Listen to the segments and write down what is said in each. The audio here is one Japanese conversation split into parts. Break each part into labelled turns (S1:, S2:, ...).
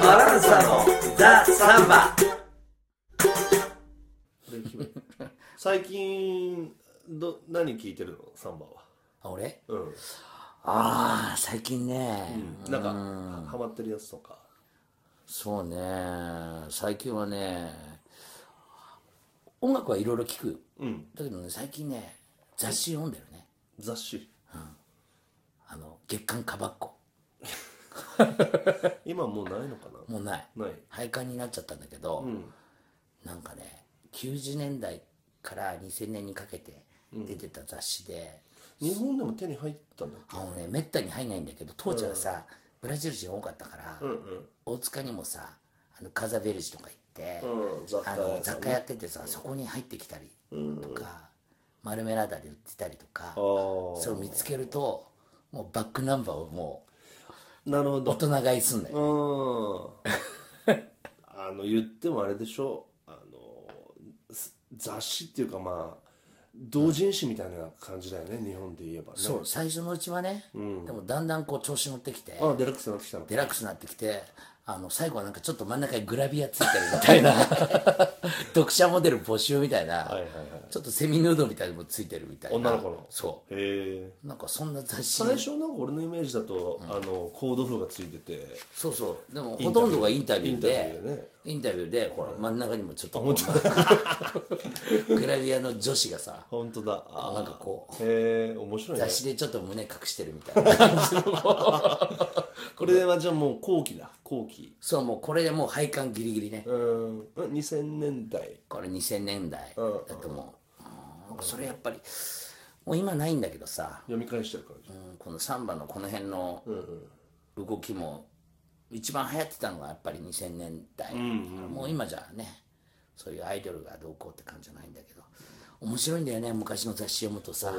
S1: バランサのザ・サンバ
S2: これ行けばいい最近ど何聞いてるのサンバは
S3: あ俺
S2: うん、
S3: ああ最近ね、
S2: なんかハマってるやつとか
S3: そうね最近はね音楽はいろいろ聞くよ
S2: うん
S3: だけどね最近ね雑誌読んでるね
S2: 雑誌
S3: あの月刊カバッコ
S2: 今もうないのか
S3: もうない
S2: なない
S3: 廃刊になっちゃったんだけど、
S2: うん
S3: なんかね90年代から2000年にかけて出てた雑誌で、
S2: 日本でも手に入ったんだっけ
S3: あのねめったに入んないんだけど当時はさ、ブラジル人多かったから、
S2: うんうん
S3: 大塚にもさあのカザベルジとか行って、
S2: うん雑貨
S3: あ
S2: 屋さん
S3: の
S2: ね
S3: 雑貨やっててさそこに入ってきたりとか、マルメラダで売ってたりとか、
S2: あー
S3: それを見つけるともうバックナンバーをも
S2: なるほ
S3: う大
S2: ど
S3: 人買いすんだよ、
S2: うんあの言ってもあれでしょあのす雑誌っていうかまあ同人誌みたいな感じだよね、日本で言えばね
S3: そう最初のうちはね、でもだんだんこう調子乗ってきて
S2: あデラックスになってきたの
S3: デラックスになってきてあの最後はなんかちょっと真ん中にグラビアついてるみた いな読者モデル募集みたいな、
S2: はいはいはい
S3: ちょっとセミヌードみたいなのもついてるみたいな
S2: 女の子の
S3: そ
S2: へえ
S3: うなんかそんな雑誌
S2: 最初なんか俺のイメージだと、あのコード風がついてて
S3: そうそうでもほとんどがインタビュー
S2: インタ
S3: で
S2: ビューでね
S3: インタビューでほら真ん中にもちょっとこう グラビアの女子がさ
S2: 本当だあー
S3: なんかこう
S2: へえ面白いね
S3: 雑誌でちょっと胸隠してるみたいな
S2: これはじゃあもう後期だ後期
S3: そうもうこれでもう配管ギリギリね
S2: うーん2000年代
S3: これ2000年代
S2: うん
S3: だと思う、うんなんかそれやっぱりもう今ないんだけどさ、
S2: 読み返してる感じ
S3: うんこのサンバのこの辺の動きも一番流行ってたのがやっぱり2000年代、もう今じゃねそういうアイドルがどうこうって感じじゃないんだけど面白いんだよね昔の雑誌読むとさ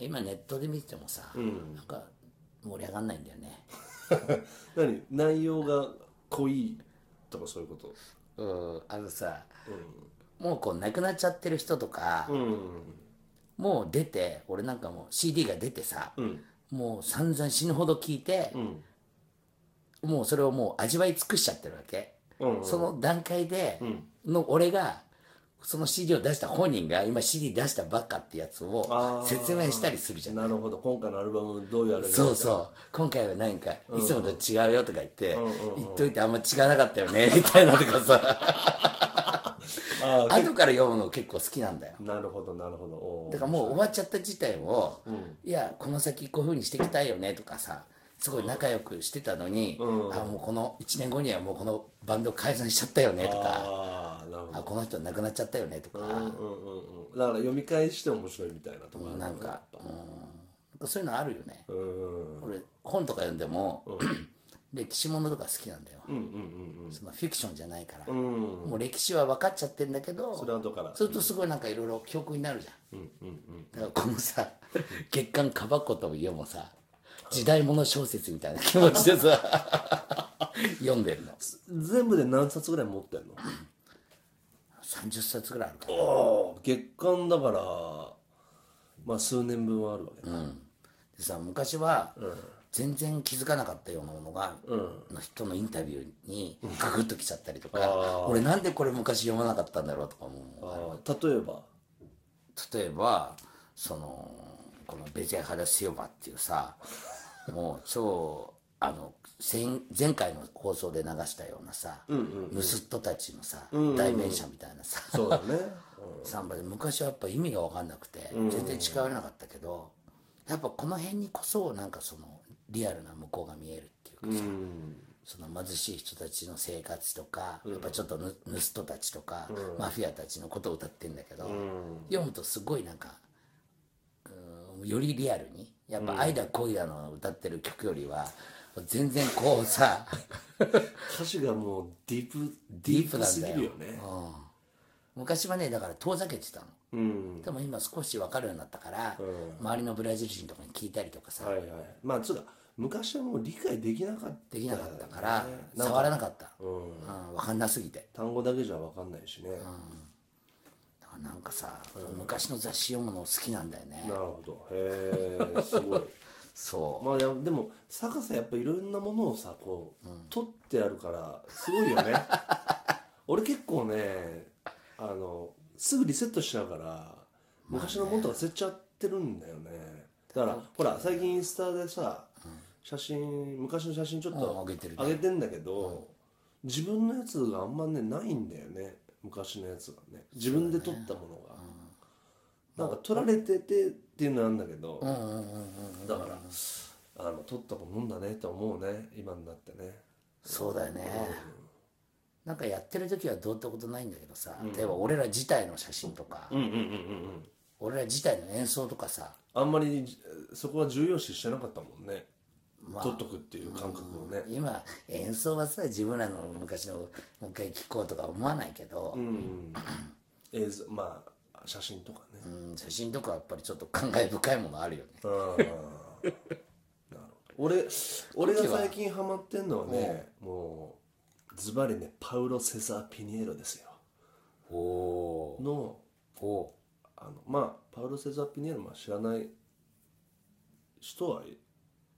S3: 今ネットで見ててもさ、なんか盛り上がんないんだよね
S2: 何内容が濃いとかそういうこと
S3: うんあのさ、もうこう亡くなっちゃってる人とか、
S2: うん
S3: もう出て俺なんかもう CD が出てさ、もう散々死ぬほど聞いて、
S2: ん
S3: もうそれをもう味わい尽くしちゃってるわけ、
S2: うん
S3: その段階での俺がその CD を出した本人が今 CD 出したばっかってや
S2: あ
S3: つを
S2: ー
S3: 説明したりするじゃん
S2: なるほど今回のアルバムどういうあれ
S3: そうそう今回はなんかいつもと違うよとか言って、言っといてあんま違わなかったよねみ たいなとか さ
S2: うあー
S3: 後から読むの結構好きなんだよ
S2: なるほどなるほどおー
S3: だからもう終わっちゃった事態を、いやこの先こういうふうにしていきたいよねとかさすごい仲良くしてたのに、あもうこの1年後にはもうこのバンド解散しちゃったよねとか
S2: ああなるほ
S3: あ
S2: ど
S3: この人亡くなっちゃったよねとか、
S2: うんうんうんだから読み返して面白いみたいなとこある
S3: なんか、うん、そういうのあるよね、
S2: うーん
S3: 俺本とか読んでも、 歴史ものとか好きなんだよ、
S2: うんうん
S3: そのフィクションじゃないから、
S2: うんうんうん
S3: もう歴史は分かっちゃってんだけど
S2: それは後から
S3: するとすごいなんかいろいろ記憶になるじゃん
S2: うんうんうん
S3: だからこのさ 月刊カバコともいえもさ時代物小説みたいな気持ちでさ 読んでるの
S2: 全部で何冊ぐらい持ってんの
S3: 30冊ぐらいあるか
S2: ああ月間だからまあ数年分はあるわけだ、
S3: ら、うん、でさ昔は全然気づかなかったようなものが、の人のインタビューにガクッときちゃったりとか、俺なんでこれ昔読まなかったんだろうとかも
S2: あー例えば
S3: 例えばそのこのベジェハラシオバっていう さもう超あの先前回の放送で流したようなさ、ムスットたちのさ、代弁者みたいなさ、
S2: そうだね
S3: サンバで昔はやっぱ意味が分かんなくて全然近寄れなかったけど、やっぱこの辺にこそなんかそのリアルな向こうが見える っていうか
S2: うん
S3: その貧しい人たちの生活とか、やっぱちょっとぬ盗人たちとか、マフィアたちのことを歌ってんだけど、読むとすごいなんかうんよりリアルにやっぱ「愛だ恋だ」の歌ってる曲よりは全然こうさ
S2: 歌詞がもうディープ ディ
S3: ディ
S2: ー
S3: ー
S2: プ
S3: プ
S2: す
S3: なん
S2: ぎ
S3: だよ
S2: るよね
S3: 昔はねだから遠ざけてたの。
S2: うん
S3: でも今少し分かるようになったから、周りのブラジル人とかに聞いたりとかさ、
S2: はいはいまあそうだ昔はもう理解できなかった
S3: できなかったから、
S2: なん
S3: 触らなかった、
S2: う
S3: うんん分かんなすぎて
S2: 単語だけじゃ分かんないしね、
S3: だからなんかさ、昔の雑誌読むの好きなんだよね
S2: なるほどへえすごい
S3: そ う
S2: まあ、やでも坂さんやっぱいろんなものをさこう、取ってあるからすごいよね 俺結構ねあのすぐリセットしちゃうから昔のもっと忘れちゃってるんだよねだからほら最近インスタでさ写真昔の写真ちょっ
S3: うん
S2: と
S3: 上げてるね
S2: 上げてんだけど、自分のやつがあんまねないんだよね昔のやつがね自分で撮ったものが、なんか撮られててっていうのなんだけど、だからあの撮ったもんだねと思うね今になってね
S3: そうだよね、なんかやってる時はどうってことないんだけどさ、例えば俺ら自体の写真とか、
S2: うんうんうんうん
S3: 俺ら自体の演奏とかさ
S2: あんまりじそこは重要視してなかったもんね、撮っとくっていう感覚をね、
S3: 今演奏はさ自分らの昔のもう一回聴こうとか思わないけど、
S2: 映像まあ写真とかね、
S3: うん写真とかやっぱりちょっと感慨深いものあるよね、
S2: 俺俺が最近ハマってんのはねもうズバリねパウロ・セザー・ピニエロですよ
S3: おお
S2: の
S3: お
S2: あのまあパウロ・セザー・ピニエロまあ知らない人は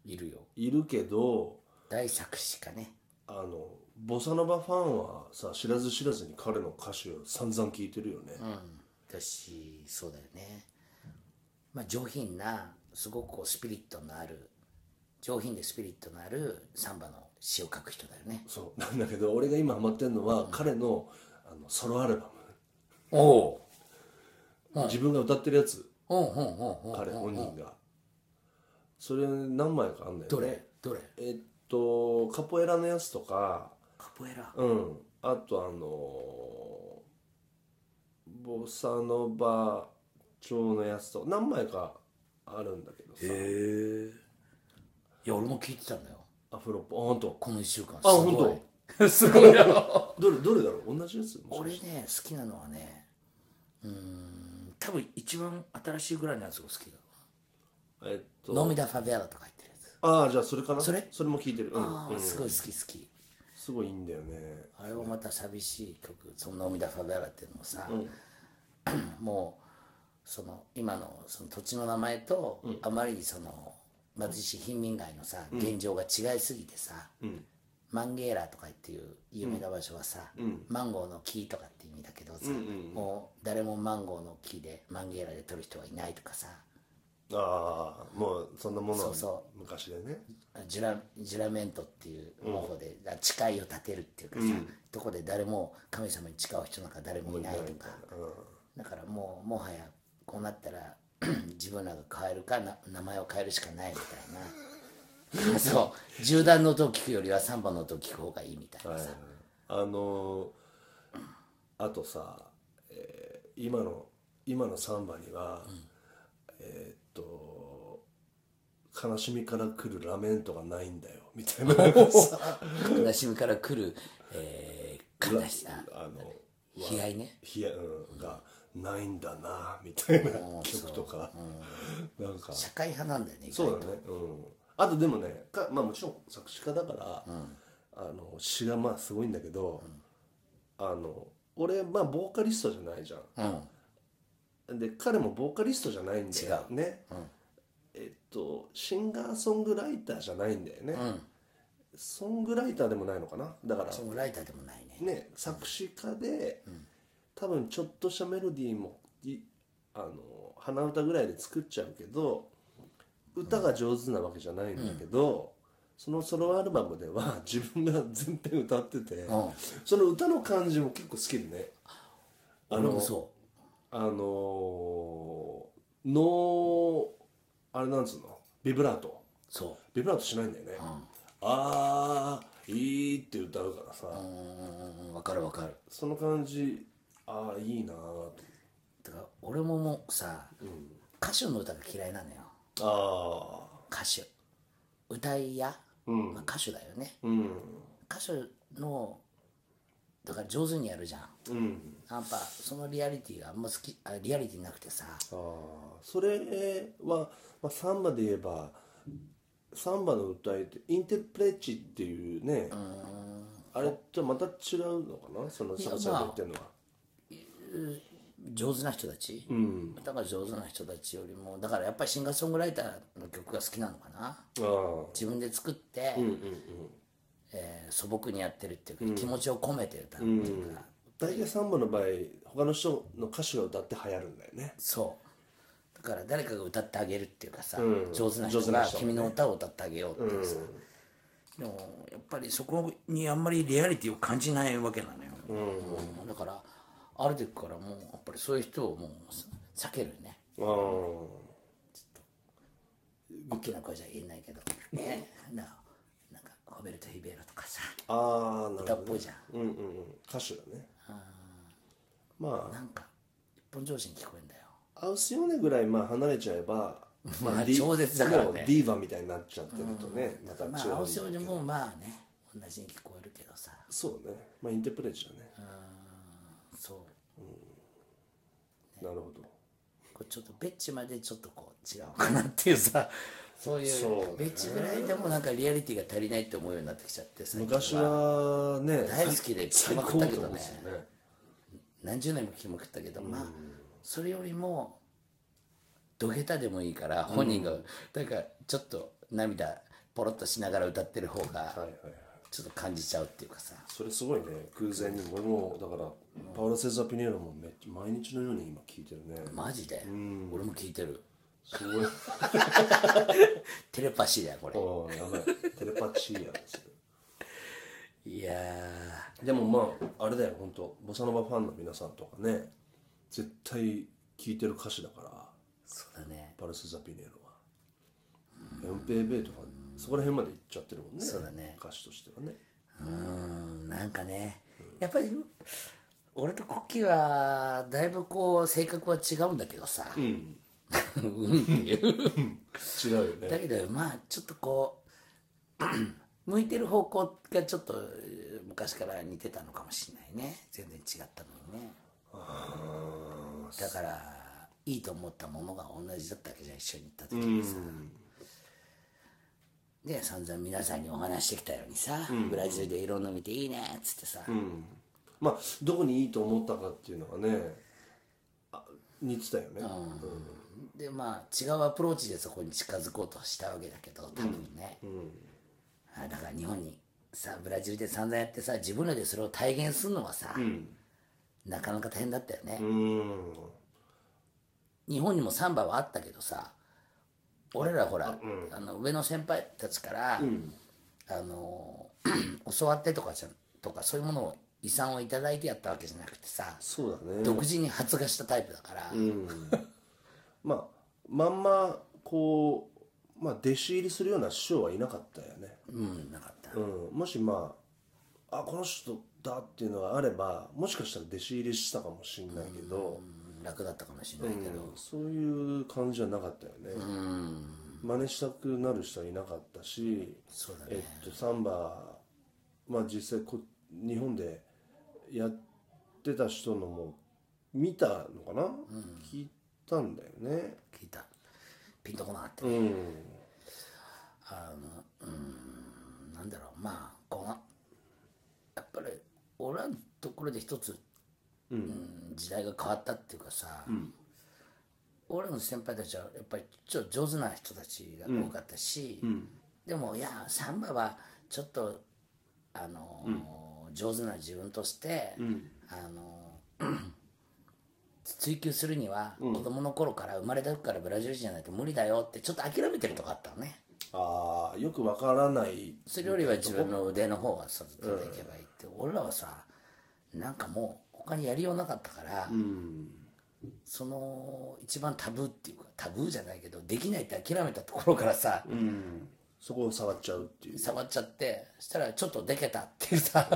S2: い
S3: るよ
S2: いるけど
S3: 大作詞かね
S2: あのボサノバファンはさ知らず知らずに彼の歌詞を散々聞いてるよね、
S3: だしそうだよねまあ上品なすごくこうスピリットのある上品でスピリットのあるサンバの詩を書く人だよね
S2: そうなんだけど俺が今ハマってんのは彼のあのソロアルバ
S3: おお
S2: ム、自分が歌ってるやつ
S3: うんうんうんうん
S2: 彼本人がそれ何枚かあんだよね
S3: どれどれ
S2: えっとカポエラのやつとか
S3: カポエラ
S2: うんあとあのボサノバ調のやつと何枚かあるんだけどさ
S3: えいや俺も聞いてたんだよ
S2: アフロポあ本当
S3: この1週間あ
S2: あ本
S3: 当 すごいやろ
S2: どれどれだろう同じやつもしかして
S3: 俺ね好きなのはねうーん多分一番新しいぐらいのやつが好きだ
S2: えっ
S3: 「ノ
S2: と
S3: ミダ・ファベラ」とか言ってるやつ
S2: ああじゃあそれかな
S3: それ
S2: も聞いてるうん
S3: ああすごい好き好き
S2: すごいいいんだよね
S3: あれもまた寂しい曲「そのノミダ・ファベラ」っていうのもさ、 もうその今のその土地の名前とあまりにその貧しい貧民街のさ現状が違いすぎてさ、マンゲーラとかっていう有名な場所はさ、マンゴーの木とかって意味だけどさ、もう誰もマンゴーの木でマンゲーラで取る人はいないとかさ
S2: ああもうそんなもの
S3: そうそ
S2: 昔でね
S3: ジュラジュラメントっていう方法であ誓いを立てるっていうかさ、とこで誰も神様に誓う人なんか誰もいないとか、だからもうもはやこうなったら 自分らが変えるかな名前を変えるしかないみたいな そう銃弾の音を聞くよりは3番の音を聞く方がいいみたいなさ、
S2: あのーあとさ、えー今の今のサンバには、えーっと悲しみから来るラメントがないんだよみ たいな
S3: 悲しみから来る、えー、悲しさ
S2: あの
S3: 被害ね
S2: ひや、うん、がないんだなみたいな曲とか、なんか
S3: 社会派なんだよね意外
S2: そ
S3: と
S2: うだね、うん、あとでもねか、まあ、もちろん作詞家だから、あの詩がまあすごいんだけど、あの俺まあボーカリストじゃないじゃ
S3: うん
S2: んで彼もボーカリストじゃないんだよね、えっとシンガーソングライターじゃないんだよね、ソングライターでもないのかなだから
S3: ソングライターでもないね
S2: ね作詞家で、多分ちょっとしたメロディーもいあの鼻歌ぐらいで作っちゃうけど歌が上手なわけじゃないんだけど、そのソロアルバムでは自分が全編歌ってて、
S3: ん
S2: その歌の感じも結構好きでねあ
S3: 俺も
S2: の
S3: そ
S2: あののあれなんつうのビブラート
S3: うそう
S2: ビブラートしないんだよね、あーいいって歌うからさ、
S3: うん分かる分かる
S2: その感じああいいなー
S3: だから俺ももうさ、歌手の歌が嫌いなのよ
S2: とああ
S3: 歌手歌いや、まあ、歌手だよね、
S2: うん
S3: 歌手のだから上手にやるじゃん
S2: うん
S3: やっぱそのリアリティがあんま好きあリアリティなくてさ
S2: ああそれは、まあ、サンバで言えばサンバの歌いってインテプレッチっていうねあれとまた違うのかなその
S3: いや
S2: サカちゃんが言ってるのは、
S3: 上手な人たち、
S2: うん
S3: だから上手な人たちよりもだからやっぱりシンガーソングライターの曲が好きなのかな
S2: ああ
S3: 自分で作って、
S2: うんうん
S3: えー素朴にやってるっていうか、気持ちを込めて歌うっていうか、
S2: 大体サンバの場合他の人の歌手が歌って流行るんだよね
S3: そうだから誰かが歌ってあげるっていうかさ、
S2: うん
S3: 上手な人
S2: 上手な
S3: が
S2: 人ね
S3: 君の歌を歌ってあげようっていうさ、でもやっぱりそこにあんまりリアリティを感じないわけなのよ、うんだからある時からもうやっぱりそういう人をもう避けるね
S2: ああ
S3: 大きな声じゃ言えないけど、ね、ななんかホベルト・ヒベロとかさ
S2: ああな
S3: 歌
S2: るほ
S3: っ
S2: ど
S3: ぽい
S2: ね
S3: じゃん
S2: うんうんうん歌手だねま
S3: なんか一本上司に聞こえんだよ
S2: あアウスヨネぐらいまあ離れちゃえば
S3: まあ
S2: ディ
S3: 超絶だからね
S2: もうディーバみたいになっちゃってるとねまた違う
S3: まあ青潮にもまあね同じに聞こえるけどさ
S2: そうねまあインテプレージだね
S3: そう
S2: なるほど
S3: こうちょっとベッチまでちょっとこう違うかなっていうさそういう
S2: そうね
S3: ベッチぐらいでもなんかリアリティが足りないって思うようになってきちゃって最近
S2: 昔はね
S3: 大好きで
S2: 最
S3: ま
S2: 高
S3: くっ
S2: だ
S3: たけ
S2: と
S3: ど
S2: 思うん
S3: ね
S2: ですよね
S3: 何十年も聞きまくったけど、まあそれよりも土下座でもいいから本人が、なんかちょっと涙ポロッとしながら歌ってる方
S2: はい
S3: が
S2: はいはい
S3: ちょっと感じちゃうっていうかさ
S2: それすごいね偶然に俺もだからパウロ・セザ・ピネーロもめっちゃ毎日のように今聞いてるね
S3: マジで、俺も聞いてる
S2: すごい
S3: テレパシーだよ こ
S2: ああやばいテレパチーやですね
S3: れいや
S2: でもまああれだよ本当ボサノバファンの皆さんとかね絶対聞いてる歌詞だから
S3: ーそうだね
S2: パルス・ザ・ピネーロはエンペーベーとかそこら辺まで行っちゃってるもんね
S3: そうだね
S2: 歌詞としてはね
S3: うーんなんかねやっぱり俺とコッキーはだいぶこう性格は違うんだけどさ、うんんっていう
S2: 違うよ
S3: だ
S2: ね
S3: けどまあちょっとこう 向いてる方向がちょっとえー昔から似てたのかもしれないね全然違ったのにねだからいいと思ったものが同じだったわけじゃん一緒に行った時にさ、で散々皆さんにお話してきたようにさ、ブラジルでいろんなの見ていいねっつってさ、
S2: まあどこにいいと思ったかっていうのがねあ似てたよね、うん
S3: でまあ違うアプローチでそこに近づこうとしたわけだけど多分ね、あだから日本にさブラジルで散々やってさ自分らでそれを体現するのはさ、なかなか大変だったよね、
S2: うん
S3: 日本にもサンバはあったけどさ俺らほら、あの上の先輩たちから、あの 教わってとかじゃとかそういうものを遺産を頂いただいてやったわけじゃなくてさ
S2: そうだね
S3: 独自に発芽したタイプだから、
S2: まあまんまこう、まあ、弟子入りするような師匠はいなかったよね、
S3: うんなかった
S2: うん、もしまああこの人だっていうのがあればもしかしたら弟子入りしたかもしれないけど、
S3: 楽だったかもしれないけど、
S2: そういう感じはなかったよね、真似したくなる人はいなかったし
S3: そうだね
S2: えっと、サンバまあ実際こ日本でやってた人のも見たのかな、聞いたんだよね
S3: 聞いたピンとこなかった、
S2: うん
S3: あのうんなんだろうまあこのやっぱり俺らのところで一つ、うん時代が変わったっていうかさ、俺らの先輩たちはやっぱりちょっと上手な人たちが多かったし、でもいやサンバはちょっとあのー上手な自分として、あの ー追求するには子供の頃から生まれた時からブラジル人じゃないと無理だよってちょっと諦めてるとこあったのね
S2: ああよくわからない
S3: それよりは自分の腕の方が育てていけばいいって、俺らはさなんかもう他にやりようなかったから、その一番タブーっていうかタブーじゃないけどできないって諦めたところからさ、
S2: そこを触っちゃうっていう
S3: 触っちゃってしたらちょっとでけたっていうさ、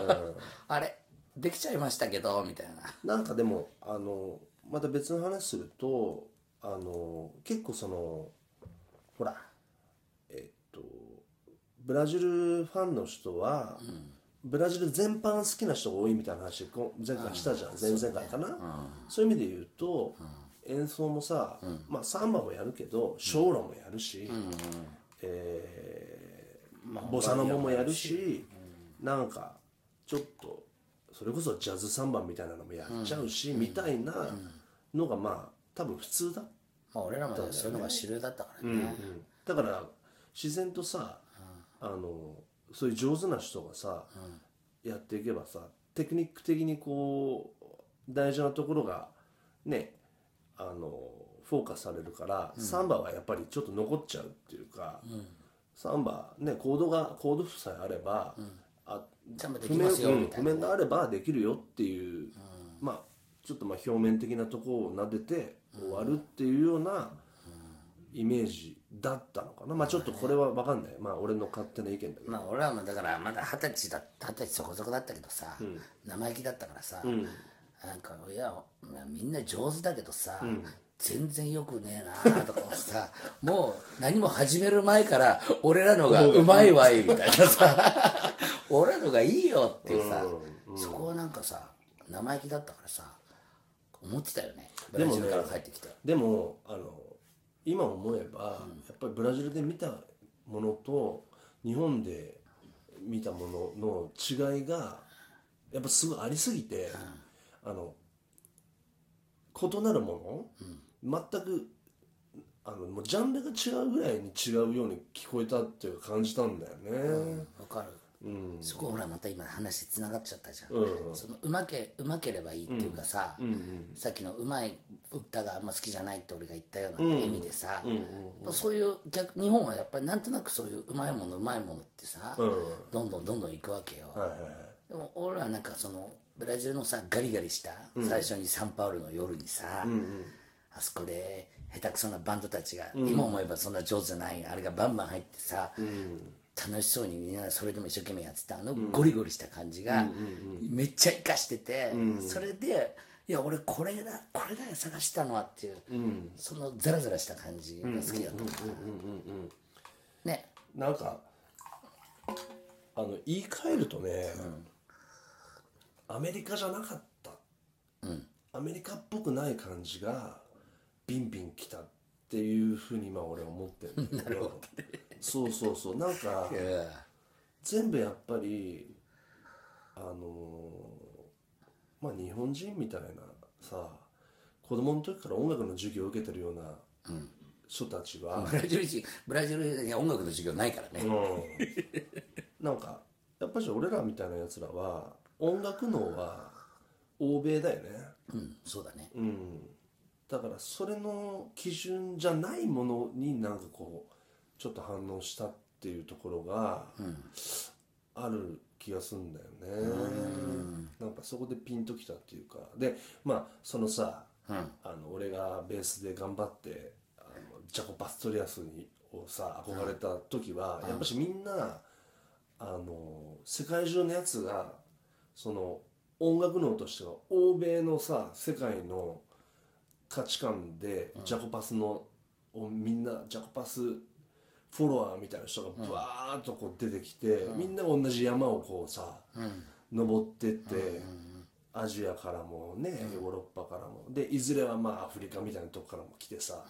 S3: あれできちゃいましたけどみたいな
S2: なんかでもあのまた別の話するとあの結構そのほらえっとブラジルファンの人は、ブラジル全般好きな人が多いみたいな話こ前回したじゃん、前々回かなそう,、いう意味で言うと、演奏もさ、まあサンバもやるけどショーラもやるし、えーボサノボもやるし、なんかちょっとそれこそジャズサンバみたいなのもやっちゃうし、みたいなのがまあ多分普通だ、
S3: まあ俺らもねそういうのが主流だったからね、
S2: だから自然とさ、あのそういう上手な人がさ、やっていけばさテクニック的にこう大事なところがねあのフォーカスされるから、サンバはやっぱりちょっと残っちゃうっていうか、サンバねコードがコード譜さえあれば、あ
S3: ちゃんとで
S2: 譜
S3: き
S2: 面
S3: ますよ
S2: うん
S3: みたい
S2: 譜
S3: な、
S2: 面があればできるよっていう、まあちょっとまあ表面的なとこを撫でて終わるっていうようなイメージだったのかなまあちょっとこれは分かんないまあ俺の勝手な意見だけど
S3: まあ俺らもだからまだ二十歳だ二十歳そこそこだったけどさ、生意気だったからさ、なんかいやみんな上手だけどさ、全然よくねえなとかさ もう何も始める前から俺らのがうまいわいみたいなさ 俺らのがいいよっていうさ、そこはなんかさ生意気だったからさ思ってたよねブラジルから帰ってきて、
S2: でもあの今思えば、やっぱりブラジルで見たものと日本で見たものの違いがやっぱすごいありすぎて、あの異なるもの、全くあのもうジャンルが違うぐらいに違うように聞こえたっていうか感じたんだよね。
S3: わかる、そこほらまた今話つながっちゃったじゃん、
S2: うんうん
S3: そのうまけうまければいいっていうかさ、さっきのうまい歌があんま好きじゃないって俺が言ったような意味でさ、そういう逆日本はやっぱりなんとなくそういううまいものうまいものってさ、
S2: うん
S3: どんどんどんどんいくわけよ、
S2: はいはいはい
S3: でも俺はなんかそのブラジルのさガリガリした最初にサンパウロの夜にさ、あそこで下手くそなバンドたちが、今思えばそんな上手じゃないあれがバンバン入ってさ、楽しそうにみんなそれでも一生懸命やってたあのゴリゴリした感じがめっちゃ生かしてて、それでいや俺これだこれだよ探したのはっていう、そのザラザラした感じが好きだったからね
S2: なんかあの言い換えるとね、アメリカじゃなかった、アメリカっぽくない感じがビンビン来たっていうふうに今俺は思ってるんだけどそうそうそうなんか
S3: いや
S2: 全部やっぱりあのーまあ日本人みたいなさ子供の時から音楽の授業を受けてるような人たちは、
S3: ブラジル人ブラジルに音楽の授業ないからね、
S2: うん、 なんかやっぱり俺らみたいなやつらは音楽能は欧米だよね、
S3: うん、そうだね
S2: うん、だからそれの基準じゃないものになんかこうちょっと反応したっていうところがある気がするんだよね、なんかそこでピンときたっていうかでまあそのさ、あの俺がベースで頑張ってあのジャコ・パストリアスにをさ憧れた時は、やっぱしみんなあの世界中のやつがその音楽能としては欧米のさ世界の価値観でジャコパスの、をみんなジャコパスフォロワーみたいな人がバーッとこう出てきて、みんな同じ山をこうさ、登ってって、アジアからもねヨーロッパからもでいずれはまあアフリカみたいなとこからも来てさ、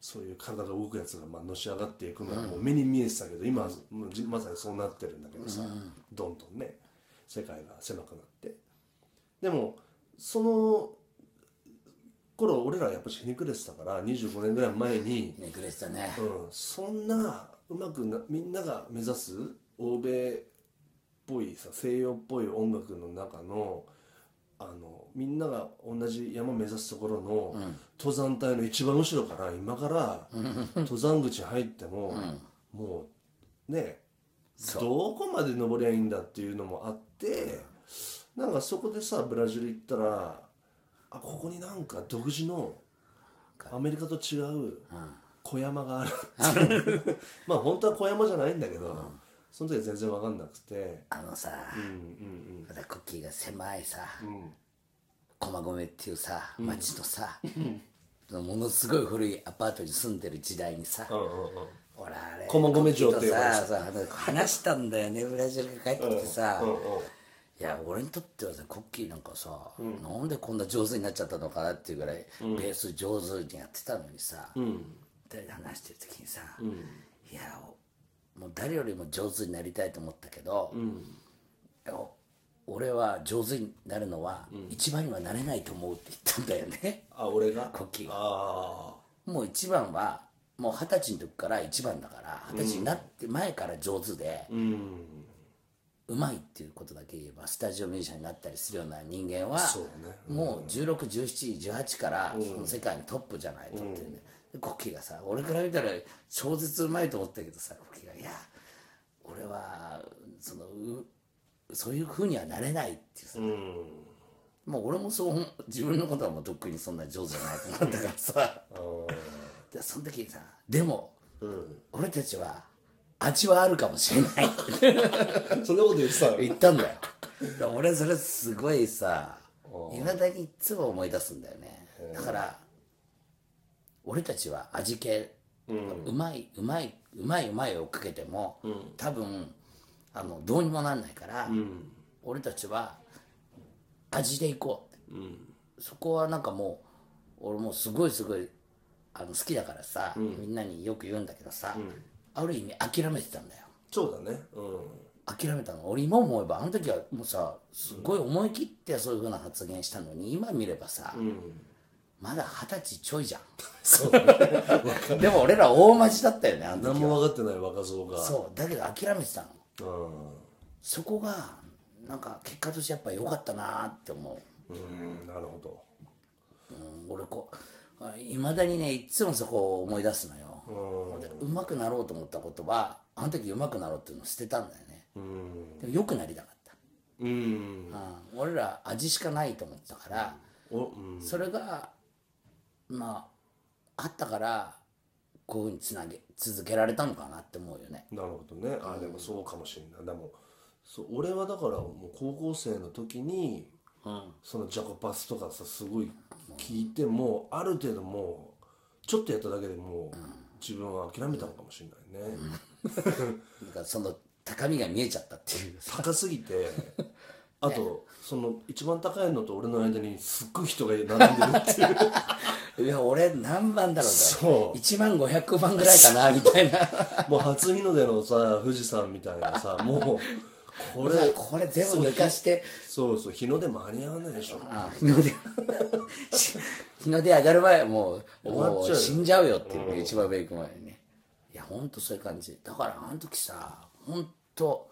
S2: そういう体が動くやつがまあのし上がっていくのがもう目に見えてたけど、今はもうじまさにそうなってるんだけどさ、どんどんね世界が狭くなってでもその頃俺らやっぱしひねくれてたから25年ぐらい前に、
S3: ネックレスだね
S2: うん、そんなうまくなみんなが目指す欧米っぽいさ西洋っぽい音楽の中のあのみんなが同じ山目指すところの、登山隊の一番後ろから今から登山口入っても、もうねどこまで登りゃいいんだっていうのもあってなんかそこでさブラジル行ったらあここになんか独自のアメリカと違う小山がある っていうまあ本当は小山じゃないんだけど、その時は全然分かんなくて
S3: あのさ、またクッキーが狭いさ、駒込っていうさ町のさ、ものすごい古いアパートに住んでる時代にさ、
S2: うんうんうん
S3: 俺あれ
S2: 駒込城って
S3: クッキ
S2: 呼
S3: ーと
S2: ばれてた
S3: ささ話したんだよねブラジルが帰ってきてさ、
S2: うんうん
S3: いや俺にとってはさコッキーなんかさ、なんでこんな上手になっちゃったのかなっていうぐらい、ベース上手にやってたのにさ、で話してる時にさ、いやもう誰よりも上手になりたいと思ったけど、いや俺は上手になるのは一番にはなれないと思うって言ったんだよね
S2: あ俺が
S3: コッキーが
S2: あ
S3: もう一番はもう二十歳の時から一番だから二十歳になって前から上手で
S2: あうん
S3: うまいっていうことだけ言えばスタジオミュージシャンになったりするような人間は
S2: そうね
S3: もう161718からその世界のトップじゃないとってねでコッキーがさ俺から見たら超絶うまいと思ったけどさコッキーが「いや俺はそのうそういうふうにはなれない」っていうさ
S2: うん
S3: もう俺もそう自分のことはもうとっくにそんな上手じゃないと思ったから さ
S2: あー
S3: でその時にさでも
S2: うん
S3: 俺たちは味はあるかもしれないって
S2: そんなこと言ってたの
S3: 言ったんだよだから 俺それすごいさいまだにいつも思い出すんだよねだから俺たちは味系、うまいうまいうまいうまいを追っかけても、多分あのどうにもなんないから、
S2: うん
S3: 俺たちは味でいこうって
S2: うん
S3: そこはなんかもう俺もうすごいすごいあの好きだからさ、みんなによく言うんだけどさ、ある意味諦めてたんだよ
S2: そうだねうん
S3: 諦めたの俺今思えばあの時はもうさすごい思い切ってそういうふうな発言したのに今見ればさ、まだ二十歳ちょいじゃん
S2: そうだね
S3: でも俺ら大マジだったよねあの
S2: 何
S3: 時は
S2: も分かってない若造が
S3: そうだけど諦めてたの
S2: う、
S3: そこがなんか結果としてやっぱ良かったなって思
S2: うん、なるほど
S3: う、うん、俺こういまだにねいっつもそこを思い出すのよ、うまくなろうと思ったことはあの時うまくなろうっていうのを捨てたんだよね
S2: うん
S3: でも良くなりたかった
S2: うん
S3: うん、俺ら味しかないと思ったから、
S2: おうん
S3: それがまああったからこういうふうにつなげ続けられたのかなって思うよね
S2: なるほどねあでもそうかもしれないでもそう俺はだからもう高校生の時に、そのジャコパスとかさすごい聞いてもうある程度もうちょっとやっただけでもう、自分は諦めたのかもしれないね、
S3: だからその高みが見えちゃったっていう
S2: 高すぎて あとその一番高いのと俺の間にすっごい人が並んでる っていう
S3: いや俺何番だろう
S2: そう
S3: 1万500番ぐらいかなみ たいな
S2: もう初日の出のさ富士山みたいなさもうこ
S3: 俺
S2: れ
S3: これ全部抜かして
S2: そうそう日の出間に合わないでし ょ
S3: あ日の出 し日の出上がる前はもう
S2: 終わ
S3: も
S2: っちゃうよ
S3: う死んじゃうよっていうね一番上行く前にねいやほんとそういう感じだからあの時さほんと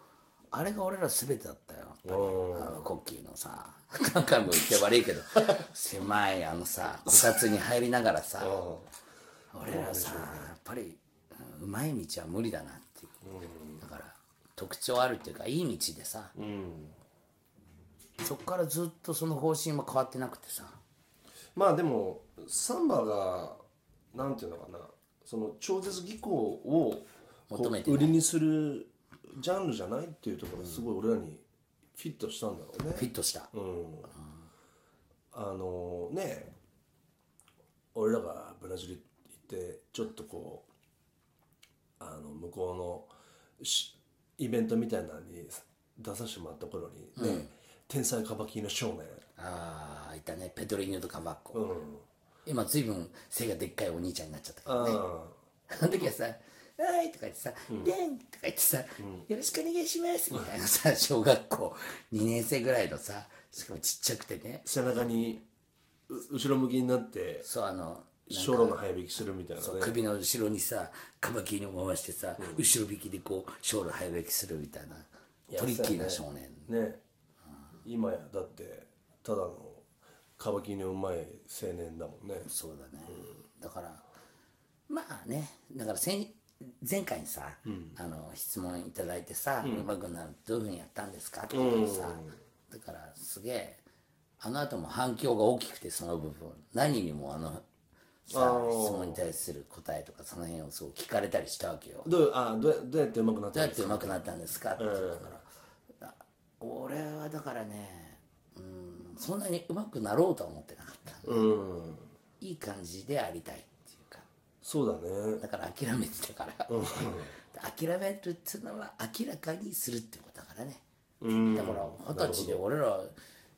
S3: あれが俺ら全てだったよやっぱりあのコッキーのさ何回も言って悪いけど狭いあのさこたつに入りながらさ俺らさやっぱりうんうまい道は無理だなっていうだから特徴あるっていうかいい道でさ
S2: うん
S3: そっからずっとその方針は変わってなくてさ
S2: まあでもサンバがなんていうのかなその超絶技巧をこう
S3: 求めてな
S2: 売
S3: い
S2: りにするジャンルじゃないっていうところがすごい俺らにフィットしたんだろうね、
S3: フィットした
S2: うんあのね俺らがブラジル行ってちょっとこうあの向こうのしイベントみたいなのに出させてもらった頃にね「天才カバキリの少年
S3: ああいたねペトリーニョとカバッ」コ、
S2: うん
S3: 今随分背がでっかいお兄ちゃんになっちゃったからね
S2: あ
S3: あの時はさ「はーい」とか言ってさ「で、ん」とか言ってさ、よろしくお願いします」みたいなさ小学校2年生ぐらいのさしかもちっちゃくてね
S2: 背中にう後ろ向きになって
S3: そうあの
S2: 小路の早引きするみたいなね
S3: 首の後ろにさカバキリを回してさ、後ろ引きでこうショール早引きするみたいなトリッキーな少年、
S2: ね今やだってただのカバキリのうまい青年だもんね
S3: そうだね、だからまあねだから先前回にさ、あの質問いただいてさ「うま、くなるどういうふうにやったんですか?」って言ってさ、だからすげえあの後も反響が大きくてその部分何にもあのさ
S2: あー
S3: 質問に対する答えとかその辺をそう聞かれたりしたわけよ。
S2: どうあどうやどうやってうまくなっ
S3: どう
S2: た
S3: や
S2: ん
S3: っ
S2: で
S3: て
S2: す
S3: 上
S2: か
S3: 手くなったんですかって言ったから、あ俺はだからねうんそんなに上手くなろうとは思ってなかった
S2: うん
S3: いい感じでありたいっていうか
S2: そうだね
S3: だから諦めてたから、諦めるっていうのは明らかにするってことだからね、だから二十歳で俺ら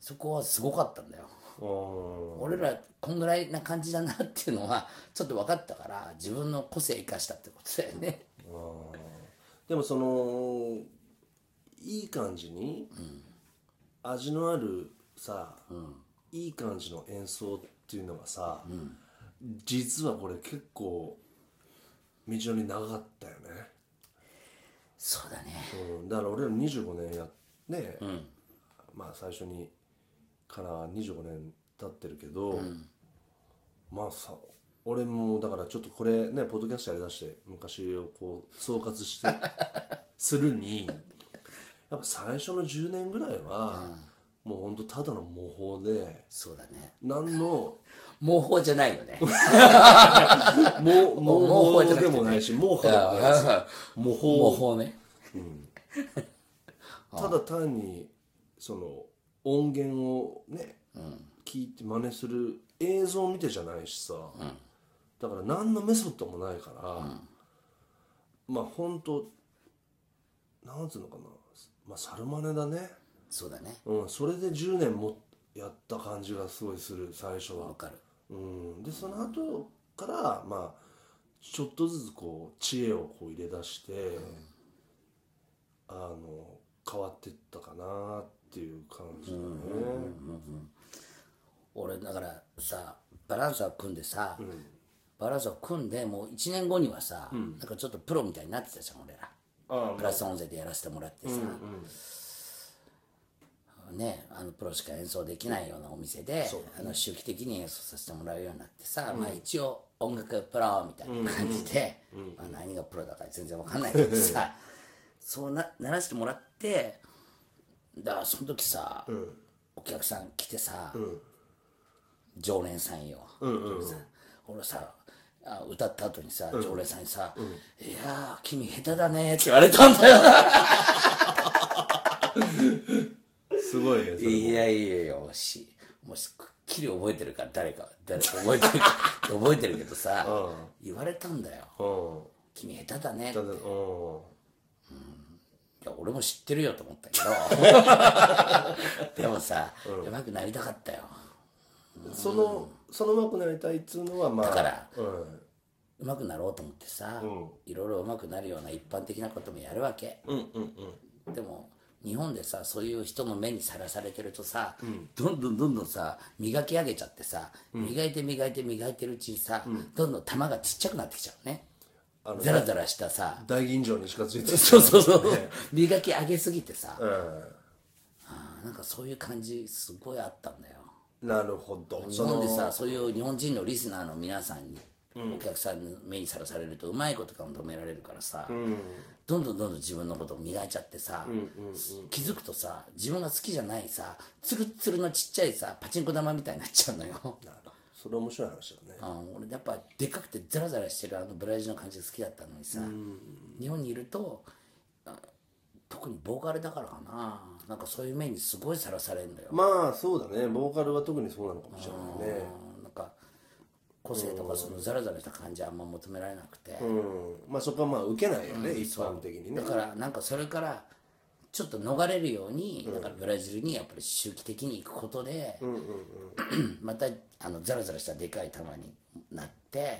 S3: そこはすごかったんだよ
S2: うん
S3: 俺らこんぐらいな感じだなっていうのはちょっと分かったから自分の個性生かしたってことだよね
S2: でもそのいい感じに、味のあるさ、いい感じの演奏っていうのがさ、実はこれ結構道のり長かったよね、
S3: そうだね
S2: うん、だから俺ら25年やね、まあ最初にから25年経ってるけど、まあさ俺もだからちょっとこれねポッドキャストやりだして昔をこう総括してするにやっぱ最初の10年ぐらいは、もうほんとただの模倣で
S3: そうだね
S2: 何の
S3: 模倣じゃないよね
S2: も
S3: 模
S2: 模
S3: 倣じゃなく
S2: 倣
S3: てね
S2: でもないし模倣でもないです
S3: あ
S2: 模
S3: ー
S2: 倣
S3: 模倣ね
S2: ただ単にその音源をね、聞いて真似する映像を見てじゃないしさ、だから何のメソッドもないから、まあほんとなんつうのかなまあ猿真似だね、
S3: そうだね
S2: うん、それで10年もやった感じがすごいする最初は
S3: わ、かる
S2: うん、でその後からまあちょっとずつこう知恵をこう入れ出して、あの変わってったかなっていう感じだね、
S3: 俺だからさバランサー組んでさ、バランサー組んでもう1年後にはさ、なんかちょっとプロみたいになってたじゃん俺ら
S2: あ
S3: プラス音声でやらせてもらってさ、ねあのプロしか演奏できないようなお店で、あの周期的に演奏させてもらうようになってさ、まあ一応音楽プロみたいな感じで、まあ、何がプロだか全然わかんないけどさそうなならしてもらってだからその時さ、お客さん来てさ、常連さんよ、さ俺さあ歌った後にさ、常連さんにさ「いやー君下手だね」って言われたんだよ
S2: すごいねそれ
S3: いやいやいや、もし、もうしくっきり覚えてるから、誰か、誰か覚えてるか、 覚えてるけどさ、言われたんだよ。
S2: うん
S3: 君下手だねって。
S2: だんだんうん
S3: いや、俺も知ってるよと思 ったけど。でもさ、うまくなりたかったよ。
S2: そのその上手くなりたいっつうのはまあ
S3: だから
S2: うん
S3: うまくなろうと思ってさ、いろいろうまくなるような一般的なこともやるわけ。でも、日本でさ、そういう人の目にさらされてるとさ、どんどんどんどんさ、磨き上げちゃってさ、磨いて磨いて磨いてるうちにさ、どんどん玉がちっちゃくなってきちゃうね。ザラザラしたさ、
S2: 大吟醸に近づいてる
S3: そうそう そう、磨き上げすぎてさ、あーなんかそういう感じすごいあったんだよ
S2: なるほど
S3: 日本でさそういう日本人のリスナーの皆さんに、お客さんの目にさらされるとうまいことが求められるからさ、どんどんどんどん自分のことを磨いちゃってさ、気づくとさ自分が好きじゃないさツルッツルのちっちゃいさパチンコ玉みたいになっちゃうのよ
S2: それ面白い話だね
S3: あの俺やっぱでっかくてザラザラしてるあのブラジルの感じが好きだったのにさ、日本にいるとあ特にボーカルだからかななんかそういう面にすごいさらされるのよ、
S2: まあそうだねボーカルは特にそうなのかもしれないね
S3: うんなんか個性とかそのザラザラした感じはあんま求められなくて、
S2: うんまあそこはまあ受けないよね、一般的にね
S3: だからなんかそれからちょっと逃れるように、だからブラジルにやっぱり周期的に行くことで、またあのザラザラしたでかい球になって、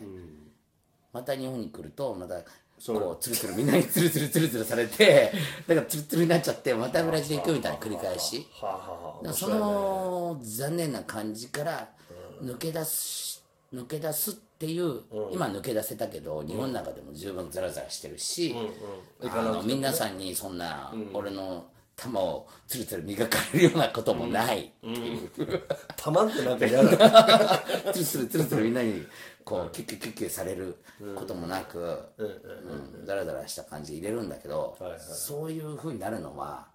S3: また日本に来るとまたこうツルツルみんなにツルツルツルツルされ てだからツルツルになっちゃってまたブラジル行くみたいな繰り返し
S2: はあ、はあ、
S3: だからその残念な感じから抜け出す抜け出すっていう今抜け出せたけど日本の中でも十分ザラザラしてるしあの皆さんにそんな俺の球をつるつる磨かれるようなこともない
S2: たまってなんか嫌だ
S3: つるつるつるつるみんなにこうキュッキュッキュッキュッされることもなくうんザラザラした感じ入れるんだけどそういうふうになるのは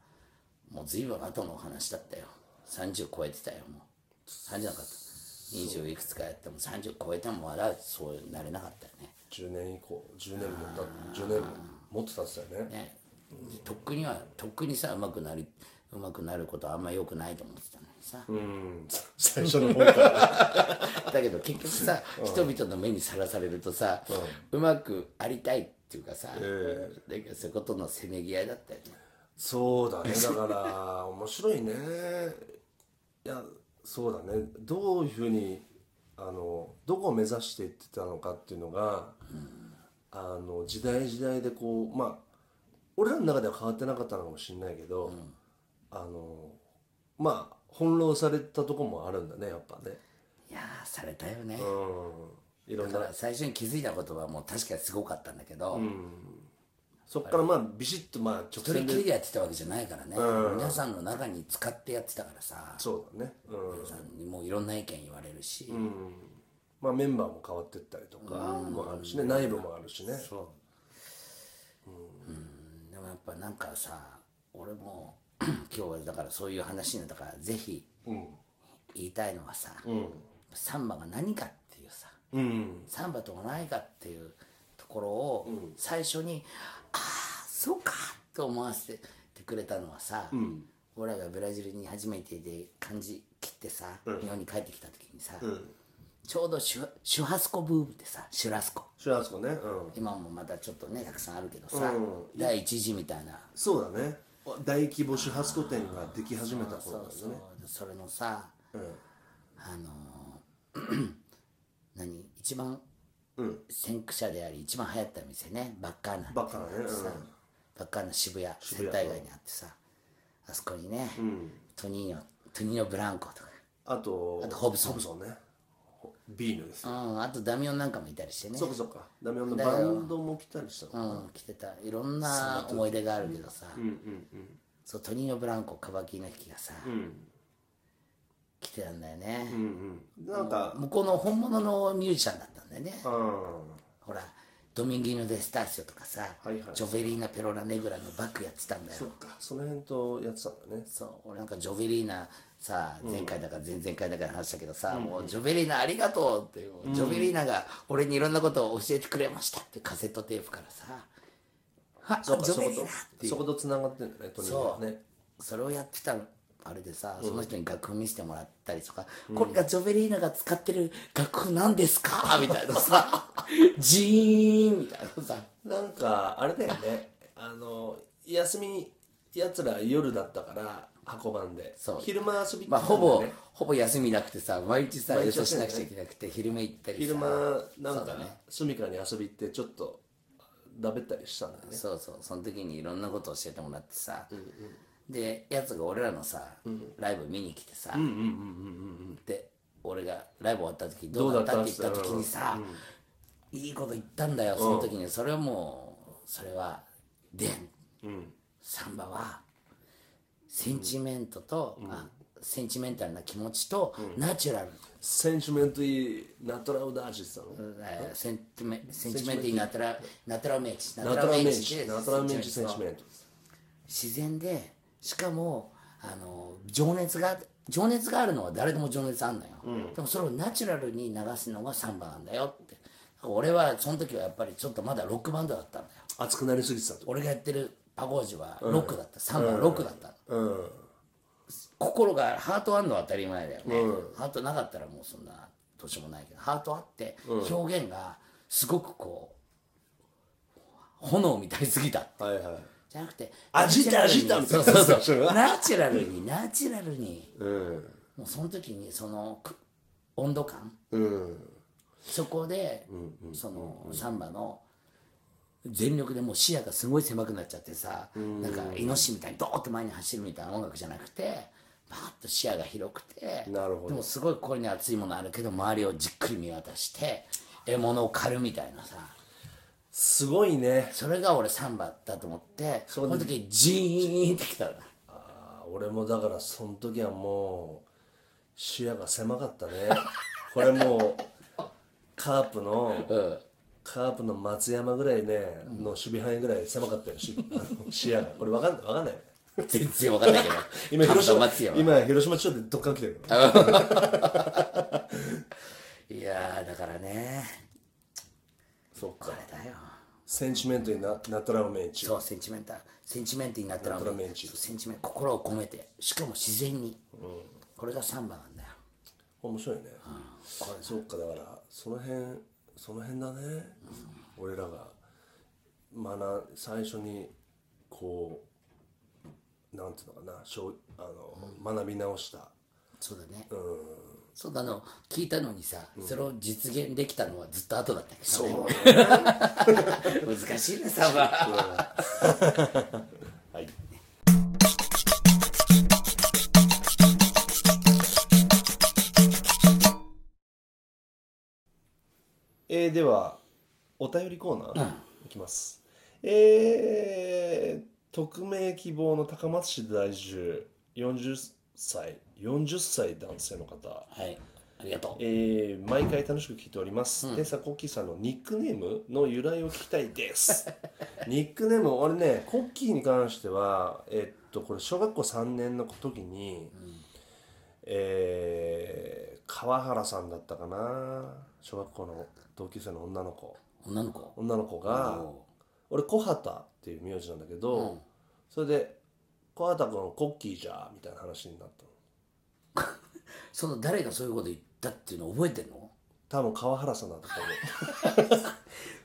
S3: もう随分後のお話だったよ30超えてたよもう30なかった20いくつかやっても30超えてもまだそうなれなかったよね
S2: 10年以降10年もたって10年ももっと経ってたよね
S3: ねとっくにはとっくにさうまくなりうまくなることはあんま良くないと思ってたのにさ
S2: うん最初の方から
S3: だけど結局さ人々の目にさらされるとさ、うまくありたいっていうかさ、だけどそういうことのせめぎ合いだったよね
S2: そうだねだから面白いねいやそうだねどういうふうにあのどこを目指していってたのかっていうのが、あの時代時代でこうまあ俺らの中では変わってなかったのかもしれないけど、あのまあ翻弄されたとこもあるんだねやっぱね
S3: いやーされたよね、
S2: うんいろん
S3: だか
S2: な
S3: ら最初に気づいたことはもう確かにすごかったんだけど、
S2: そっからまあビシッとまあ直
S3: それ
S2: 線
S3: っきり
S2: で
S3: でやってたわけじゃないからね、皆さんの中に使ってやってたからさ
S2: そうだねうん
S3: 皆さんにもういろんな意見言われるし、
S2: まあメンバーも変わってったりとかもあるしね内部もあるしね
S3: うんでもやっぱなんかさ俺も 今日はだからそういう話になったからぜひ言いたいのはさ、サンバが何かっていうさ、
S2: うん
S3: サンバとは何かっていうところを最初に、ああそうかと思わせてくれたのはさ、俺らがブラジルに初めてで感じ切ってさ、日本に帰ってきた時にさ、ちょうどシュシュハスコブームでさシュラスコ
S2: シュラスコねうん
S3: 今もまたちょっとねたくさんあるけどさ、第一次みたいな
S2: そうだね大規模シュハスコ店ができ始めた
S3: そ
S2: 頃
S3: う
S2: だ
S3: そ
S2: よ
S3: う
S2: ね
S3: それのさ、あのー 何一番先駆者であり一番流行った店ねバッカーナ
S2: バッカーナね
S3: っていうのがさ
S2: うん
S3: バッカーナ渋谷接待街にあってさあそこにね、トニーノトニーノブランコとか
S2: あと
S3: あとホブソン
S2: ねホビーノです
S3: う
S2: よ
S3: んあとダミオンなんかもいたりしてね
S2: そうかそうかダメオンのバンドも来たりしたの
S3: うん、来てたいろんな思い出があるけどさ、そうトニーノ・ブランコカバキの木がさ、来てたんだよね、
S2: なんか
S3: 向こうの本物のミュージシャンだったんだよね、
S2: うん
S3: ほらドミンギーノ・デ・スターシオとかさ、
S2: はいはい
S3: ジョヴェリーナ・ペロラ・ネグラのバックやってたんだよ
S2: そっかその辺とやってたんだね
S3: そう俺なんかジョヴェリーナさ前回だから前々回だから話したけどさ、もうジョヴェリーナありがとうっていう、ジョヴェリーナが俺にいろんなことを教えてくれましたってカセットテープからさあジ
S2: そ
S3: ョ
S2: うか
S3: ヴ
S2: そこ
S3: ェリーナって
S2: と
S3: いう
S2: そこと繋がってんだねとにかくね
S3: それをやってたあれでさ、その人に楽譜見せてもらったりとか、これがジョベリーナが使ってる楽譜なんですかみたいな さジーンみたいなさ
S2: なんかあれだよねあの休みやつら夜だったから箱番で
S3: そう
S2: 昼間遊び行ってたんだよね
S3: まあほぼ、ほぼ休みなくてさ毎日さ
S2: 毎日
S3: 予想しなくちゃいけなくて昼間行ったりさ
S2: 昼間なん
S3: そうだ
S2: か
S3: ね
S2: 住処に遊び行ってちょっとだべったりしたんだよね
S3: そうそうその時にいろんなことを教えてもらってさ、でやつが俺らのさ、ライブ見に来てさ、で俺がライブ終わった時どうだった
S2: どうだ
S3: っ
S2: った
S3: て言った時にさ、いいこと言ったんだよその時に、それはもうそれはでん、サンバはセンチメントと、あセンチメンタルな気持ちと、ナチュラル
S2: センチメントイーナトラウダージって言ってたの
S3: えーセンチメセンチメントになったらなったらメイチな
S2: ナトラメン
S3: で
S2: チナトラメンチセンチメント
S3: 自然でしかもあの情熱が情熱があるのは誰でも情熱あんのよ、でもそれをナチュラルに流すのがサンバなんだよって俺はその時はやっぱりちょっとまだロックバンドだったんだよ
S2: 熱くなりすぎてたと
S3: 俺がやってるパゴージュはロックだった、サンバはロックだった、
S2: うん
S3: 心がハートあんのは当たり前だよね、ハートなかったらもうそんな年もないけどハートあって表現がすごくこう炎みたいすぎたって
S2: はいはい
S3: じゃなくて
S2: あじった
S3: ナチュラル
S2: あじ
S3: に
S2: ったみ
S3: そう
S2: たいなそ
S3: そうそ う
S2: そう
S3: うナチュラルにナチュラルに
S2: うん
S3: もうその時にそのく温度感
S2: うん
S3: そこでそのサンバの全力でもう視野がすごい狭くなっちゃってさなんかイノシシみたいにドーッと前に走るみたいな音楽じゃなくてパーッと視野が広くて
S2: なるほど
S3: でもすごい心に熱いものあるけど周りをじっくり見渡して獲物を狩るみたいなさ
S2: すごいね
S3: それが俺サンバだと思ってそ
S2: そう
S3: の時ジーンってきたんだ
S2: あー俺もだからその時はもう視野が狭か ったねこれもうカープの、カープの松山ぐらいね、の守備範囲ぐらい狭かったよ しあの視野がこれわかんわかんない
S3: 全然わかんないけど
S2: 今広島
S3: 神田松山
S2: 今広島地方でどっか来てるから
S3: いやーだからね
S2: そっ
S3: こ
S2: か
S3: れだよ
S2: センチメントにななったらおめえち
S3: そうセンチメンタルセンチメントになったら
S2: ドラメンチ
S3: そうセンチメン心を込めてしかも自然に、これがサンバなんだよ
S2: 面白いね、そっかだからその辺その辺だね、俺らが学最初にこうなんていうのかなしょうあの、学び直した
S3: そうだねそうだの聞いたのにさ、それを実現できたのはずっと後だったけど、ね、 難しいねサン バ
S2: はいお便りコーナー、いきますえー、匿名希望の高松市在住40歳40歳男性の方
S3: はいありがとう
S2: えー毎回楽しく聞いております、でさこっきーさんのニックネームの由来を聞きたいです ニックネーム俺ねコッキーに関してはえっとこれ小学校3年の時に、えー川原さんだったかな小学校の同級生の女の子
S3: 女の子
S2: 女の子が
S3: お
S2: 俺小畑っていう名字なんだけど、それで「小畑君コッキーじゃ」みたいな話になったの
S3: その誰がそういうこと言ったっていうの覚えてんの
S2: 多分川原さんだったと思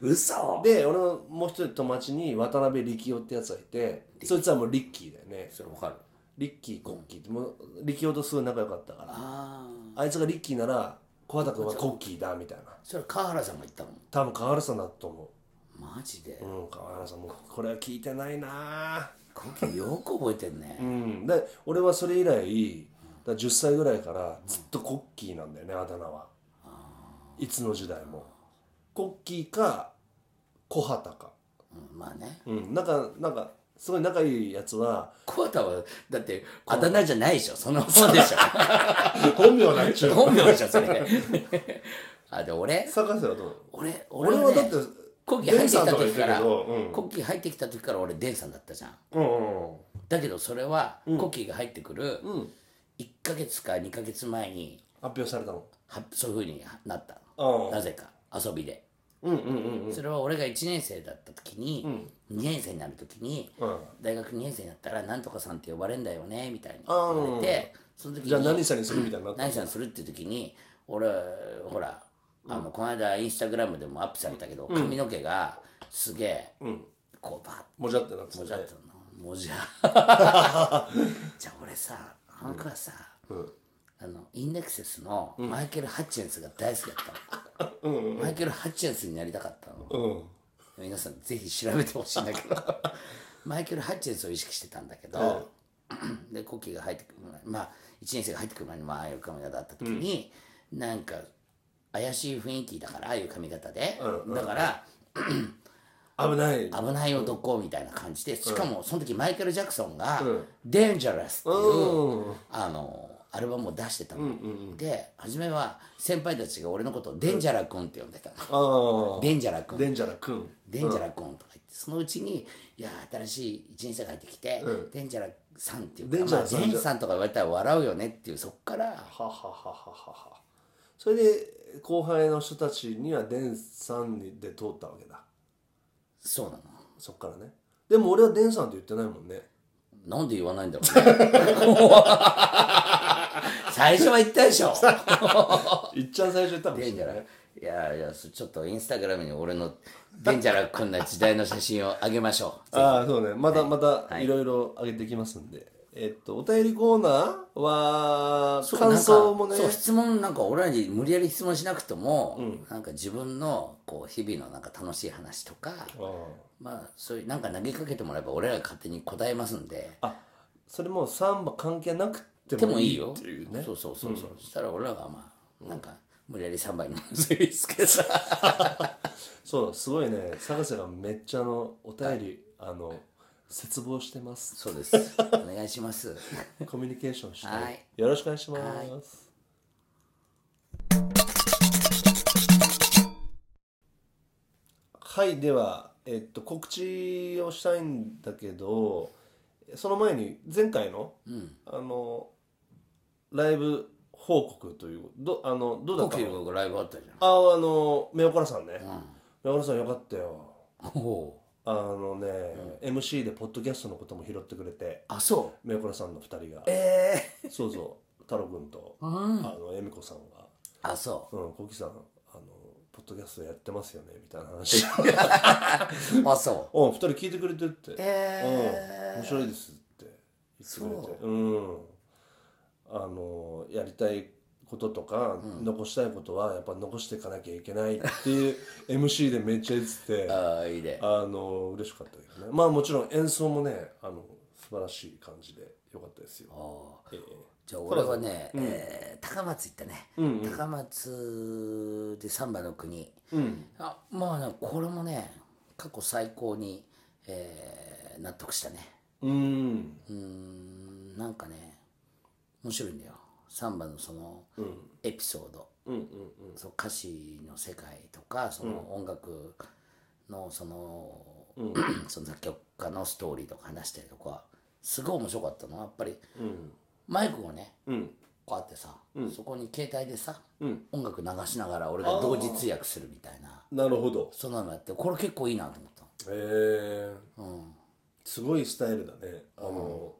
S2: う
S3: 嘘
S2: で俺のもう一人友達に渡辺力夫ってやつがいてそいつはもうリッキーだよね
S3: それわかる
S2: リッキーコッキーってもう力夫とすごい仲良かったから
S3: ああ
S2: あいつがリッキーなら小畑君はコッキーだみたいな
S3: それは川原さんが言ったの
S2: 多分川原さんだと思
S3: マジで
S2: ううん川原さんもうこれは聞いてないな
S3: コキよく覚えてん
S2: う
S3: ね
S2: んで俺はそれ以来だから10歳ぐらいからずっとコッキーなんだよねあだ名はいつの時代もコッキーか小畑か
S3: うんまあね
S2: うんなんかなんかすごい仲いいやつは
S3: 桑田はだってあだ名じゃないでしょそのそうでし
S2: 本名なんち
S3: ょ本名でしょそれ あで俺
S2: 坂瀬はどう
S3: 俺
S2: 俺
S3: 俺
S2: は
S3: は
S2: だっ
S3: ね
S2: て
S3: コキ入
S2: デ
S3: ってきた
S2: ンさんとか言
S3: 時
S2: ってる
S3: か
S2: け
S3: ら
S2: どうん
S3: コキ入ってきた時から俺デンさんだったじゃん
S2: うんうん
S3: だけどそれはコキが入ってくる
S2: うん
S3: 1ヶ月か2ヶ月前に
S2: 発表されたの
S3: はそういうふうになった
S2: ああ
S3: なぜか遊びで
S2: うんうんうんうん
S3: それは俺が1年生だった時に2年生になる時に
S2: うん
S3: 大学2年生になったらなんとかさんって呼ばれんだよねみたいに言
S2: あー
S3: われてその時に
S2: じゃあ何さにするみたいになった
S3: 何さんするっていう時に俺ほらあのこの間インスタグラムでもアップされたけど髪の毛がすげえ
S2: うん
S3: こうバッ
S2: もじゃってなって
S3: も
S2: た
S3: じゃっ
S2: ね
S3: たの もじゃじゃあ俺さあの子はさ、
S2: ん
S3: あのインデクセスのマイケル・ハッチェンスが大好きだったの、マイケル・ハッチェンスになりたかったの
S2: うん
S3: 皆さんぜひ調べてほしいんだ けどマイケル・ハッチェンスを意識してたんだけど、でコッキーが入ってくる前まあ1年生が入ってくる前にまあああいう髪型だった時に、なんか怪しい雰囲気だからああいう髪型で、だから
S2: 危ない
S3: 危ない男みたいな感じで、しかもその時マイケル・ジャクソンが
S2: ん
S3: 「デンジャラス」っていう、
S2: うん
S3: あのアルバムを出してたの、で初めは先輩たちが俺のことを「デンジャラ君」って呼んでたの
S2: ああ
S3: 「デンジャラ君」
S2: デンジャラくん
S3: デンジャラ君とか言って、そのうちに、いや、新しい人生が入ってきて、デンジャラさんっていうか、
S2: デンジャラさん
S3: まあデンさんとか言われたら笑うよねっていう、そっから、
S2: ははははははそれで後輩の人たちにはデンさんにで通ったわけだ
S3: そうな
S2: そっからねでも俺はデンさんって言ってないもんね
S3: の。なんで言わないんだろうね。 最初は言ったでしょ。
S2: いっちゃん最初言ったかも
S3: デ
S2: し
S3: ンジ
S2: れ
S3: ャラ
S2: ない。
S3: いやいや、そちょっとインスタグラムに俺のデンジャラ君な時代の写真をあげましょう。
S2: ああそうねまたまたいろいろ上げていきますんで、えっとお便りコーナーは
S3: そう
S2: 感想も
S3: な
S2: ね
S3: んかそう質問なんか俺らに無理やり質問しなくても、なんか自分のこう日々のなんか楽しい話とか、まあそういうなんか投げかけてもらえば俺らが勝手に答えますんで
S2: あそれもうサンバ関係なくて
S3: で
S2: も
S3: も
S2: い
S3: い
S2: い
S3: いよ
S2: っていうね
S3: そうそうそうそう、そしたら俺らがまあなんか無理やり3倍にするですけどさ
S2: そうだすごいね探せがめっちゃあのお便り、あの絶望してます
S3: そうですお願いします
S2: コミュニケーションして、
S3: はい
S2: よろしくお願いします、
S3: はい
S2: はいでは、えっと、告知をしたいんだけどその前に前回の,、あのライブ報告というどあのどうだ
S3: コ
S2: った
S3: キ
S2: の
S3: がライブあったじゃん
S2: ああのメオカラさんね、メオカラさんよかったよ
S3: おお
S2: あのね、MC でポッドキャストのことも拾ってくれて
S3: あそ
S2: メオカラさんの2人が
S3: うええ
S2: そうそう太郎君と、
S3: うん
S2: あの恵美子さんが
S3: あ
S2: 「
S3: そ
S2: うんコキさんあのポッドキャストやってますよね」みたいな話
S3: うあそう
S2: うん2人聞いてくれてるって、うん
S3: ええ
S2: 面白いですって言ってくれてうんあのやりたいこととか、残したいことはやっぱ残していかなきゃいけないっていう MC でめっちゃ言ってて
S3: ああいいね
S2: あの嬉しかったですねまあもちろん演奏もねあの素晴らしい感じでよかったですよ。
S3: ああ
S2: ええ
S3: じゃあ俺はね、えー高松行ったね、
S2: うんうん
S3: 高松でサンバの国
S2: うん
S3: あまあねこれもね過去最高に、えー納得したね
S2: うん
S3: うーんなんかね面白いんだよサンバのその
S2: うん
S3: エピソード、
S2: うんうん
S3: そう歌詞の世界とかその音楽のその,、その作曲家のストーリーとか話したりとかすごい面白かったのはやっぱり
S2: うん
S3: マイクをね
S2: うん
S3: こうやってさ、そこに携帯でさ、
S2: うん
S3: 音楽流しながら俺が同時通訳するみたいな
S2: なるほど。
S3: そんなのやってこれ結構いいなと思った
S2: ええ
S3: うん
S2: すごいスタイルだね。あの、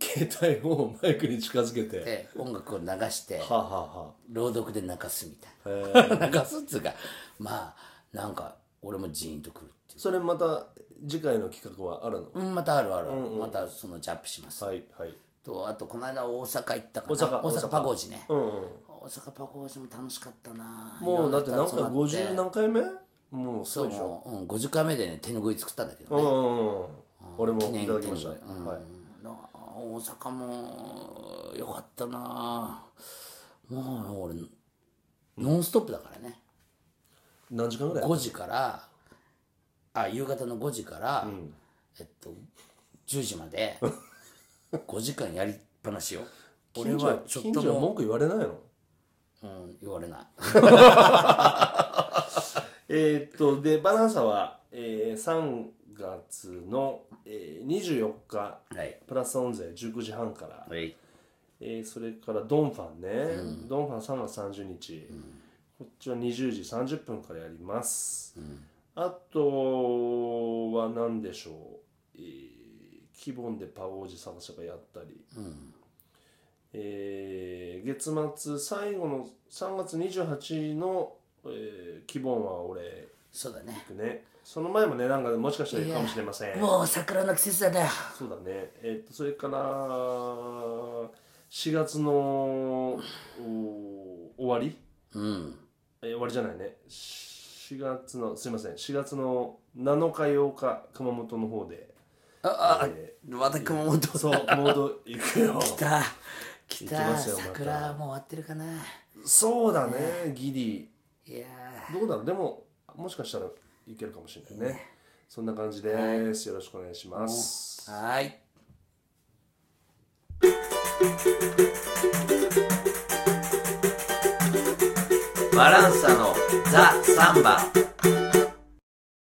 S2: 携帯をマイクに近づけて。
S3: で音楽を流して
S2: はあ、はあは
S3: 朗読で泣かすみたい
S2: あ、へえ
S3: な 泣かすっつうかまあなんか俺もジーンとくるってい う
S2: それまた次回の企画はあるの、
S3: うんまたあるある、またそのジャップします
S2: はいはい。
S3: とあとこの間大阪行ったか
S2: 大
S3: ら
S2: 阪
S3: 大
S2: 大
S3: 阪
S2: 阪
S3: パゴージね、
S2: うんうん、
S3: 大阪パゴージも楽しかったな
S2: もうだって何回
S3: 五十
S2: 50何回目もうす
S3: そ
S2: ご
S3: う
S2: いでしょ。
S3: もう、うん、50回目でね手拭い作ったんだけど
S2: う
S3: ね、
S2: んうんうん。俺も
S3: 記念
S2: いただき
S3: 手
S2: ました。
S3: 拭い、うん
S2: はい。
S3: な大阪もよかったなもう俺ノンストップだからね
S2: 何時間ぐらい
S3: 5時からあ夕方の5時から、えっと10時まで5時間やりっぱなしよ俺
S2: 近所
S3: はちょっ
S2: 近
S3: と
S2: 所は
S3: も、
S2: 文句言われないの
S3: うん、言われない
S2: えーっとでバナナサは、えー、3月の、えー、24日
S3: はい
S2: プラスオンゼ19時半から、
S3: はい
S2: えーそれからドンファンね、ドンファン3月30日、こっちは20時30分からやります、あとは何でしょう、えー、キボンでパオージ探せばやったり、えー月末最後の3月28の、えー、キボンは俺
S3: そうだね
S2: 行くねその前もねなんかもしかしたら行くかもしれません
S3: もう桜の季節だね
S2: そうだねえっとそれから4月のお終わり
S3: うん
S2: え終わりじゃないね4月のすいません4月の7日8日熊本の方で
S3: ああ、
S2: え
S3: また熊本
S2: ーそう熊本行くよ
S3: 来た来
S2: 行き
S3: た
S2: ますよまた
S3: 桜もう終わってるかな
S2: そうだねギリ
S3: いや
S2: どうだろうでももしかしたらいけるかもしれないねそんな感じですよろしくお願いします
S3: ーはーい
S1: バランサのザ・サンバ